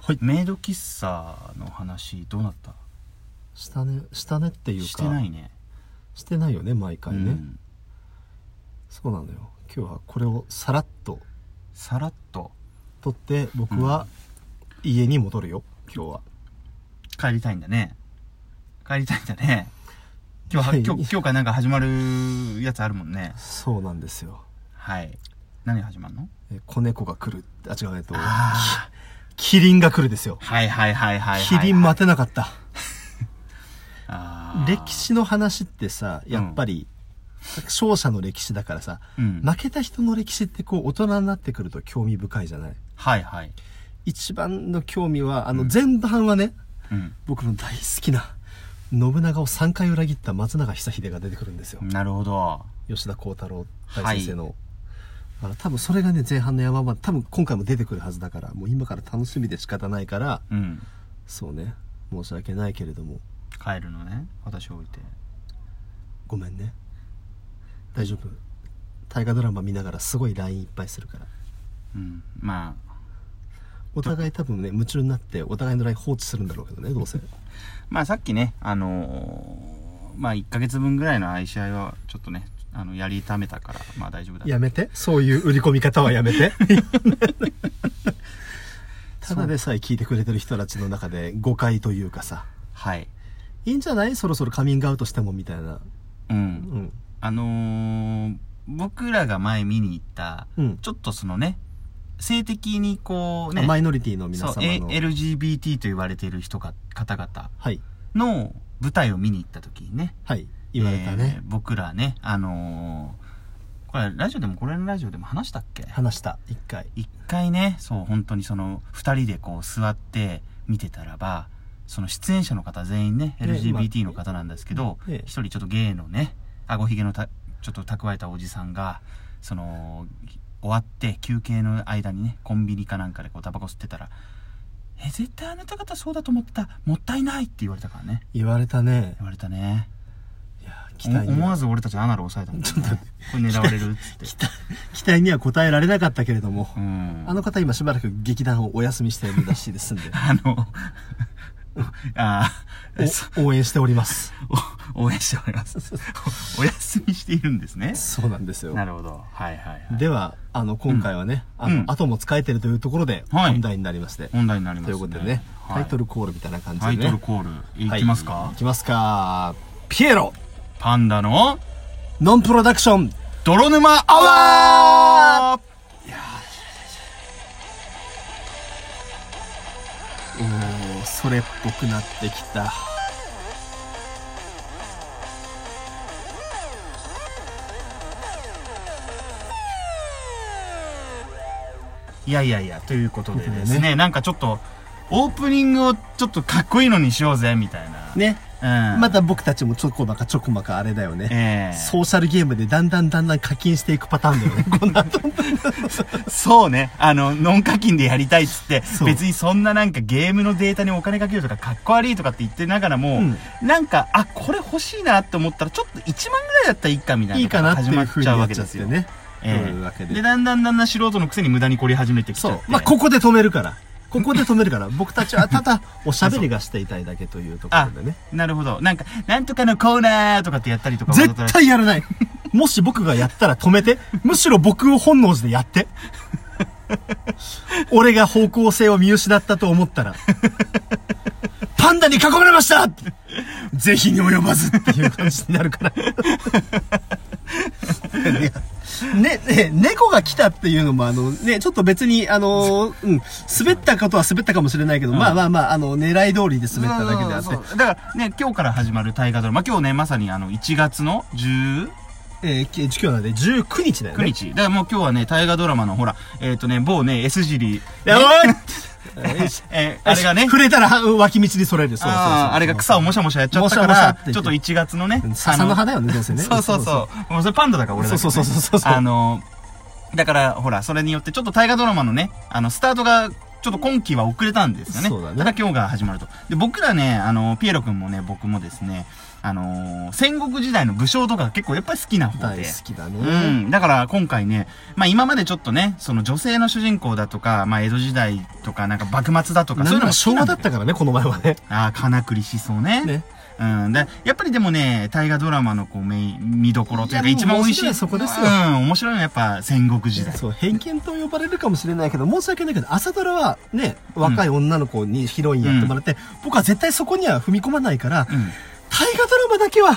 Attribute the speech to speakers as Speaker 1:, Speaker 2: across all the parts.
Speaker 1: はいメイド喫茶の話どうなった
Speaker 2: したねしたねっていうか
Speaker 1: してないね
Speaker 2: してないよね毎回ね、
Speaker 1: うん
Speaker 2: そうなのよ今日はこれをさらっと
Speaker 1: さらっと
Speaker 2: 取って僕は家に戻るよ今日は
Speaker 1: 帰りたいんだね帰りたいんだ ね今日は
Speaker 2: いや
Speaker 1: 今日今日からなんか始まるやつあるもんね
Speaker 2: そうなんですよ
Speaker 1: はい何が始まるの
Speaker 2: え子猫が来るあ違うえっと
Speaker 1: あ
Speaker 2: キリンが来るですよ
Speaker 1: はいはいはいはいはい、
Speaker 2: キリン待てなかった
Speaker 1: あー
Speaker 2: 歴史の話ってさやっぱり、勝者の歴史だからさ、
Speaker 1: うん
Speaker 2: 負けた人の歴史ってこう大人になってくると興味深いじゃない
Speaker 1: はいはい
Speaker 2: 一番の興味はあの前半はね、
Speaker 1: うん
Speaker 2: 僕の大好きな信長を3回裏切った松永久秀が出てくるんですよ、
Speaker 1: なるほど
Speaker 2: 吉田鋼太郎大先生の、だから多分それがね前半の山場多分今回も出てくるはずだからもう今から楽しみで仕方ないから
Speaker 1: うん
Speaker 2: そうね申し訳ないけれども
Speaker 1: 帰るのね私置いて
Speaker 2: ごめんね大丈夫大河ドラマ見ながらすごい LINE いっぱいするから
Speaker 1: うんま
Speaker 2: お互い多分ね夢中になってお互いの LINE 放置するんだろうけどねどうせ
Speaker 1: あまあさっきねあのーまあ1ヶ月分ぐらいの愛し合いはちょっとねあのやりためたからまあ大丈夫だ
Speaker 2: やめてそういう売り込み方はやめて ただでさえ聞いてくれてる人たちの中で誤解というかさ
Speaker 1: はい
Speaker 2: いいんじゃないそろそろカミングアウトしてもみたいな
Speaker 1: うん、
Speaker 2: うん
Speaker 1: あのー僕らが前見に行った、
Speaker 2: うん
Speaker 1: ちょっとそのね性的にこうね
Speaker 2: マイノリティの皆
Speaker 1: そう
Speaker 2: 様の
Speaker 1: A- LGBT と言われている人が方々
Speaker 2: はい
Speaker 1: の舞台を見に行った時にね
Speaker 2: はい言われたね
Speaker 1: え、ー僕らねあのーこれラジオでもこれのラジオでも話したっけ
Speaker 2: 話した一回
Speaker 1: 一回ねそう本当にその2人でこう座って見てたらばその出演者の方全員ね
Speaker 2: ね
Speaker 1: LGBT の
Speaker 2: ま
Speaker 1: 方なんですけど一、
Speaker 2: ね
Speaker 1: 人ちょっと芸のねあごひげのたちょっと蓄えたおじさんがその終わって休憩の間にねコンビニかなんかでこうタバコ吸ってたら「え絶対あなた方そうだと思ってたもったいない」って言われたからね
Speaker 2: 言われたね
Speaker 1: 言われたね
Speaker 2: いや期待
Speaker 1: お
Speaker 2: に
Speaker 1: 思わ
Speaker 2: は
Speaker 1: ず俺たちアナル押さえたもん、ね、
Speaker 2: ちょっと
Speaker 1: これ狙われるっつ って
Speaker 2: 期待期待には応えられなかったけれども、
Speaker 1: うん
Speaker 2: あの方今しばらく劇団をお休みしているらしい ですんで
Speaker 1: あの、 あーそ
Speaker 2: お応援しております
Speaker 1: お応援しております。 おお休みしているんですね。
Speaker 2: そうなんですよ
Speaker 1: なるほど。はいはいはい。
Speaker 2: ではあの今回はね、
Speaker 1: ん
Speaker 2: あの
Speaker 1: うん
Speaker 2: 後も使えてるというところで
Speaker 1: はい
Speaker 2: 本題になりまして、
Speaker 1: 本題になります
Speaker 2: とい
Speaker 1: ね。
Speaker 2: うことでね、
Speaker 1: はい
Speaker 2: タイトルコールみたいな感じ
Speaker 1: タ
Speaker 2: で
Speaker 1: イ
Speaker 2: ね
Speaker 1: トルコール、いきますか、
Speaker 2: はい、いきますかピエロ
Speaker 1: パンダの
Speaker 2: ノンプロダクション
Speaker 1: 泥沼
Speaker 2: ア
Speaker 1: ア
Speaker 2: ワー
Speaker 1: ワー
Speaker 2: おーそれっぽくなってきた
Speaker 1: いやいやいや、ということでですね、
Speaker 2: ということ
Speaker 1: なんかちょっと、オープニングをちょっとかっこいいのにしようぜ、みたいな。
Speaker 2: ね
Speaker 1: うん。
Speaker 2: また僕たちもちょこまかちょこまかあれだよね、
Speaker 1: ええ
Speaker 2: ソーシャルゲームでだんだんだんだん課金していくパターンだ よねこんな
Speaker 1: そうね。あの、ノン課金でやりたいっつって
Speaker 2: そ、う
Speaker 1: 別にそんななんかゲームのデータにお金かけるとか、かっこ悪いとかって言ってながらも、なんか、あ、これ欲しいなって思ったら、ちょっと1万ぐらいだったらいいかみたいな。
Speaker 2: いいかなって
Speaker 1: 始
Speaker 2: い
Speaker 1: ま
Speaker 2: う
Speaker 1: っ
Speaker 2: ふうに
Speaker 1: ちゃう
Speaker 2: な
Speaker 1: わ
Speaker 2: っ
Speaker 1: け
Speaker 2: ちゃ
Speaker 1: で
Speaker 2: っ
Speaker 1: す
Speaker 2: て
Speaker 1: よ。
Speaker 2: ね、
Speaker 1: え
Speaker 2: というわけ
Speaker 1: え
Speaker 2: で
Speaker 1: で、だんだんだんだん素人のくせに無駄に凝り始めてきち
Speaker 2: そ
Speaker 1: ゃっ
Speaker 2: う
Speaker 1: て。
Speaker 2: まあここで止めるからここで止めるから僕たちはただおしゃべりがしていたいだけというところでね
Speaker 1: なるほど。なんか、なんとかのコーナーとかってやったりとか。
Speaker 2: 絶
Speaker 1: わざとら
Speaker 2: 対や らないもし僕がやったら止めてむしろ僕を本能寺でやって 俺が方向性を見失ったと思ったらパンダに囲まれましたぜひに及ばずっていう感じになる からねねね猫が来たっていうのもあのねちょっと別にあのうん滑ったことは滑ったかもしれないけど、まあまあまああの狙い通りで滑っただけであって
Speaker 1: そうそうそうだからね、今日から始まる大河ドラマ、今日ね、まさにあの、1月の10、
Speaker 2: えー、き今日なんで19日だよ
Speaker 1: 9
Speaker 2: ね
Speaker 1: 日。だからもう今日はね、大河ドラマのほら、えっ、とね、某ね、S 尻。
Speaker 2: やばい
Speaker 1: えー あれがね、
Speaker 2: 触れたらうん脇道にそれる。そうそうそう
Speaker 1: あーあれが草をもしゃもしゃやっちゃったか
Speaker 2: もしゃもしゃっ
Speaker 1: ら
Speaker 2: て言って、
Speaker 1: ちょっと1月のね、
Speaker 2: 笹の葉だよね、どうせ ね。
Speaker 1: そうそうそう。もうそれパンダだから俺だけどね
Speaker 2: そうそうそうそうそう
Speaker 1: あの、だからほら、それによってちょっと大河ドラマのね、あの、スタートがちょっと今期は遅れたんですよね。
Speaker 2: そうだね
Speaker 1: ただ今日が始まると。で、僕らね、あの、ピエロ君もね、僕もですね、あのー戦国時代の武将とかが結構やっぱり好きな方
Speaker 2: 大
Speaker 1: で。
Speaker 2: 好きだね。
Speaker 1: うん。だから今回ね、まあ今までちょっとね、その女性の主人公だとか、まあ江戸時代とか、なんか幕末だとか、
Speaker 2: な
Speaker 1: そういうのも
Speaker 2: んなら
Speaker 1: 好き
Speaker 2: 昭
Speaker 1: な
Speaker 2: 和
Speaker 1: んだ
Speaker 2: だ
Speaker 1: よ
Speaker 2: ったからね、この前はね。
Speaker 1: ああ、金栗思想ね。
Speaker 2: ね。
Speaker 1: うん。で、やっぱりでもね、大河ドラマのこう、めい見どころというか、
Speaker 2: いやもう
Speaker 1: 一番美味しい。
Speaker 2: 面白いそこですよ
Speaker 1: うん、面白いのはやっぱ戦国時代。
Speaker 2: そう、偏見と呼ばれるかもしれないけど、申し訳ないけど、朝ドラはね、若い女の子にヒロインやってもらって、僕は絶対そこには踏み込まないから、
Speaker 1: うん。
Speaker 2: 大河ドラマだけは、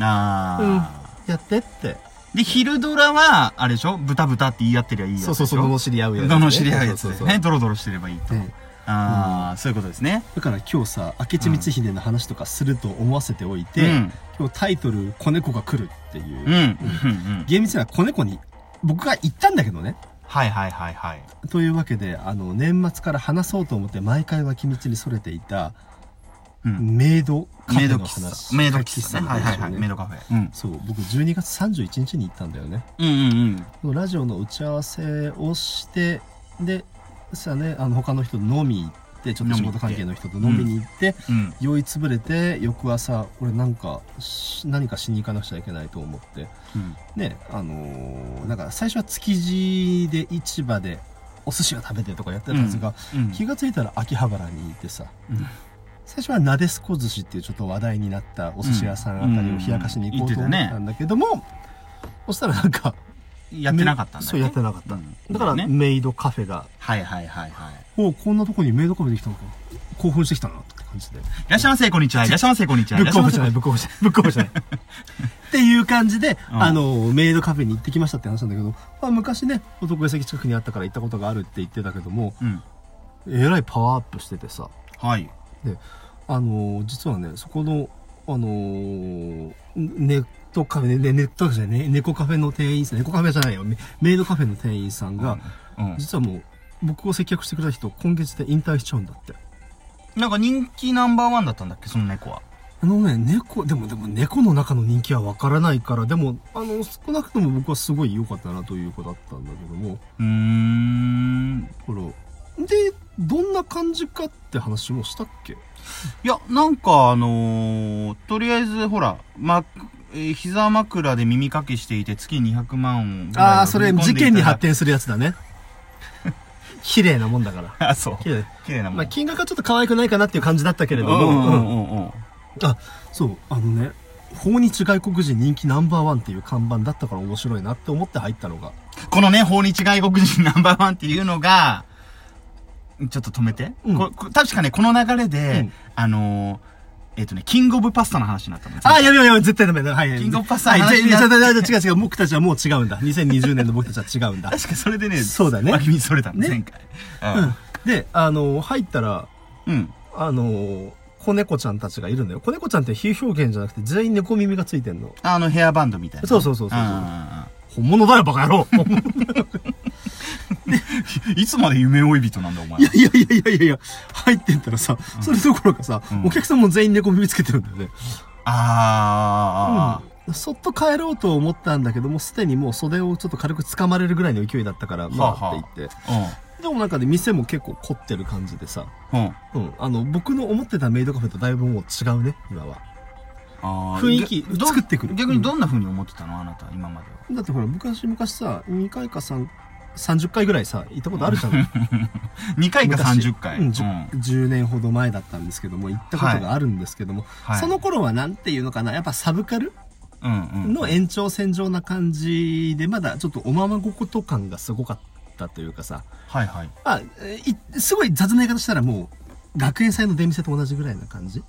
Speaker 1: ああ。
Speaker 2: やってって。
Speaker 1: で、昼ドラは、あれでしょ豚豚って言い合ってりゃいいやつ
Speaker 2: そ
Speaker 1: で
Speaker 2: う
Speaker 1: し
Speaker 2: そ
Speaker 1: ょ
Speaker 2: うそう、罵り合うやつね。
Speaker 1: 罵り合うやつ
Speaker 2: そう
Speaker 1: で
Speaker 2: そうそう
Speaker 1: ね。ドロドロしてればいいと。
Speaker 2: ね
Speaker 1: ああ、そういうことですね。
Speaker 2: だから今日さ、明智光秀の話とかすると思わせておいて、
Speaker 1: うん
Speaker 2: 今日タイトル、子猫が来るっていう。
Speaker 1: うん。うん。うん。
Speaker 2: 厳密には子猫に、僕が言ったんだけどね。
Speaker 1: はいはいはいはい。
Speaker 2: というわけで、あの、年末から話そうと思って毎回脇道に逸れていた、
Speaker 1: うん。
Speaker 2: メイドカフ
Speaker 1: メイ
Speaker 2: ェ
Speaker 1: ド
Speaker 2: の
Speaker 1: 喫
Speaker 2: 話。
Speaker 1: 茶。メイド喫茶ね。
Speaker 2: の
Speaker 1: はい
Speaker 2: 話をね
Speaker 1: はいはい。メイドカフェ。うん。
Speaker 2: そう、僕12月31日に行ったんだよね。
Speaker 1: うんうんうん。
Speaker 2: ラジオの打ち合わせをして、で、さね、あの、他の人と飲み行って、ちょっと仕事関係の人と飲みに行って、
Speaker 1: うん。
Speaker 2: 酔いつぶれて、翌朝、俺なんかし、何かしに行かなくちゃいけないと思って、
Speaker 1: うん。
Speaker 2: ねあのーなんか最初は築地で市場でお寿司を食べてとかやってたんですが、
Speaker 1: うん。
Speaker 2: 気がついたら秋葉原に行ってさ
Speaker 1: うん
Speaker 2: 最初はなでしこ寿司っていうちょっと話題になったお寿司屋さんあたりを冷やかしに行こうと思ったんだけども、そしたらなんか
Speaker 1: やってなかったんだっけ
Speaker 2: そうやってなかった、
Speaker 1: うん
Speaker 2: だから、
Speaker 1: ね
Speaker 2: メイドカフェが
Speaker 1: はいはいはいはい。
Speaker 2: おうこんなとこにメイドカフェできたのか興奮してきたなって感じで
Speaker 1: いらっしゃいませ、こんにちは。いらっしゃいませ、こんにちは。
Speaker 2: ブックオフじゃないいブックオフじゃないブッ クオ フじゃないっていう感じで、
Speaker 1: うん
Speaker 2: あのメイドカフェに行ってきましたって話なんだけど、まあ、昔ね男屋席近くにあったから行ったことがあるって言ってたけども
Speaker 1: らっしゃいませうん。
Speaker 2: えらいパワーアップしててさ
Speaker 1: はい。
Speaker 2: あの実はねそこのあのんネットカフェ、ね、ネットカフェじゃないね猫カフェの店員さん猫カフェじゃないよメメイドカフェの店員さんが、
Speaker 1: うん。
Speaker 2: 実はもう僕を接客してくれた人今月で引退しちゃうんだって
Speaker 1: なんか人気ナンバーワンだったんだっけ、その猫は。
Speaker 2: あのね、猫、でもでも猫の中の人気はわからないから、でも、あの、少なくとも僕はすごい良かったなという子だったんだけども、
Speaker 1: うーん。
Speaker 2: ほら、で、どんな感じかって話もしたっけ
Speaker 1: いや、なんかあのーとりあえず、ほら、ま、えー膝枕で耳かきしていて月200万ぐらいを振り込んでいただ。
Speaker 2: 展するやつだ ね。綺麗なもんだから。
Speaker 1: あ、そう。
Speaker 2: 綺麗。
Speaker 1: 綺麗なもん。
Speaker 2: まあ、金額はちょっと可愛くないかなっていう感じだったけれども、
Speaker 1: うんう
Speaker 2: うん
Speaker 1: んうんうん。
Speaker 2: あ、そう、あのね、訪日外国人人気ナンバーワンっていう看板だったから面白いなって思って入ったのが。
Speaker 1: このね、訪日外国人 ナンバーワンっていうのが、ちょっと止めて。
Speaker 2: うん
Speaker 1: ここ確かね、この流れで、
Speaker 2: うん
Speaker 1: あのーえっ、とね、キングオブパスタの話になったの。
Speaker 2: あ、やめようやめよう、絶対ダメだ。はい。
Speaker 1: キングオブパスタ
Speaker 2: はい、
Speaker 1: の話に
Speaker 2: じ
Speaker 1: な
Speaker 2: ゃ
Speaker 1: っ
Speaker 2: あじゃあじゃあじゃあ違う違う、僕たちはもう違うんだ。2020年の僕たちは違うんだ。
Speaker 1: 確かそれでね、
Speaker 2: そうだね
Speaker 1: 脇道それたの、
Speaker 2: ね
Speaker 1: 前回。
Speaker 2: うん。で、あの、入ったら、
Speaker 1: うん。うん。
Speaker 2: あの、子猫ちゃんたちがいるんだよ。子猫ちゃんって比喩表現じゃなくて、全員猫耳がついてんの。
Speaker 1: あの、ヘアバンドみたいな。
Speaker 2: そうそうそうそうそうん
Speaker 1: んん
Speaker 2: 本物だよ、バカ野郎
Speaker 1: いつまで夢追い人なんだ、お前
Speaker 2: い。やいやいやいやいやいや、入ってったらさ、それどころかさ、
Speaker 1: うん
Speaker 2: お客さんも全員猫耳つけてるんだよね。
Speaker 1: あーあーあー、
Speaker 2: うん。そっと帰ろうと思ったんだけども、すでにもう袖をちょっと軽く掴まれるぐらいの勢いだったから、ま
Speaker 1: はあ
Speaker 2: あ
Speaker 1: はあ
Speaker 2: って言って。
Speaker 1: あ
Speaker 2: でもなんかね、店も結構凝ってる感じでさ、
Speaker 1: うん。うん。
Speaker 2: うん、あの僕の思ってたメイドカフェとだいぶもう違うね今は
Speaker 1: あー
Speaker 2: 雰囲気
Speaker 1: ど
Speaker 2: 作ってくる
Speaker 1: 逆にどんな風に思ってたのあなた、今までは。
Speaker 2: だってほら昔昔さ2回か3 30回ぐらいさ行ったことあるじゃん
Speaker 1: 2回か
Speaker 2: 昔
Speaker 1: 30回。
Speaker 2: うん 10, 10年ほど前だったんですけども行ったことがあるんですけども、
Speaker 1: はい
Speaker 2: その頃はなんていうのかなやっぱサブカル
Speaker 1: うんうん。
Speaker 2: の延長線上な感じでまだちょっとおままごこと感がすごかったというかさ
Speaker 1: はいはい。
Speaker 2: あえいすごい雑な言い方したらもう学園祭の出店と同じぐらいな感じ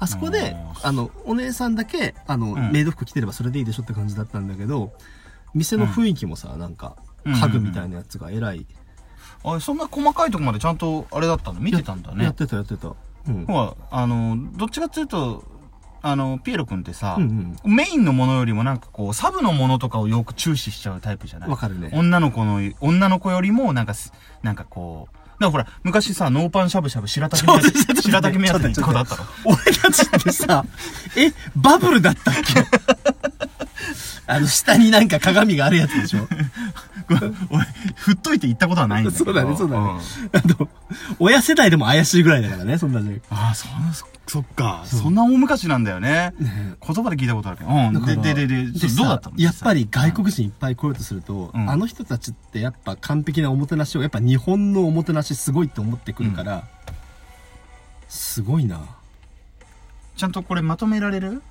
Speaker 2: あそこで
Speaker 1: あー
Speaker 2: あのお姉さんだけあの、
Speaker 1: ん
Speaker 2: メイド服着てればそれでいいでしょって感じだったんだけど店の雰囲気もさ、なんか家具みたいなやつがえらい、
Speaker 1: あれそんな細かいとこまでちゃんとあれだったの見てたんだ
Speaker 2: やっ
Speaker 1: ね
Speaker 2: てたやってたうん
Speaker 1: ほらあのどっちかっていうとあのピエロ君ってさ、
Speaker 2: うん
Speaker 1: メインのものよりもなんかこうサブのものとかをよく注視しちゃうタイプじゃな
Speaker 2: う
Speaker 1: い
Speaker 2: んわかるね
Speaker 1: 女の子の女の子よりもなんかすなんかこうだからほら昔さノーパンしゃぶしゃぶ白滝目
Speaker 2: ちょっと待っ
Speaker 1: 安
Speaker 2: て
Speaker 1: 白滝目安に行ったことあったろ
Speaker 2: 俺たちってさえバブルだったっけ あの下になんか鏡があるやつでしょ
Speaker 1: 俺振っといて行ったことはないんだけど
Speaker 2: そうだねそうだね、あの 親世代でも怪しいぐらいだからね、そんなね。
Speaker 1: ああそんなそそっか
Speaker 2: そう
Speaker 1: そんな大昔なんだよね言葉で聞いたことあるけどうん
Speaker 2: だから
Speaker 1: ででででそう
Speaker 2: さ
Speaker 1: どうだったの
Speaker 2: やっぱり
Speaker 1: 実際
Speaker 2: 外国人いっぱい来ようとすると、
Speaker 1: うん
Speaker 2: あの人たちってやっぱ完璧なおもてなしを、やっぱ日本のおもてなしすごいって思ってくるから、すごいな。
Speaker 1: ちゃんとこれまとめられる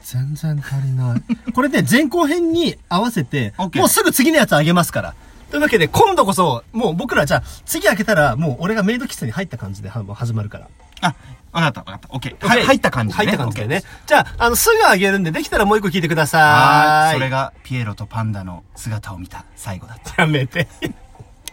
Speaker 2: 全然足りない。 これで前後編に合わせて、
Speaker 1: OK
Speaker 2: もうすぐ次のやつあげますから。というわけで、今度こそ、もう僕らじゃあ、次開けたら、もう俺がメイド喫茶に入った感じではもう始まるから。
Speaker 1: あわかったわかったオッケーはい入った感じ
Speaker 2: 入った感じでね。じゃあ、あの、すぐあげるんで、できたらもう一個聞いてくだ
Speaker 1: は
Speaker 2: さ
Speaker 1: ー
Speaker 2: い。
Speaker 1: いそれがピエロとパンダの姿を見た最後だった
Speaker 2: やめて。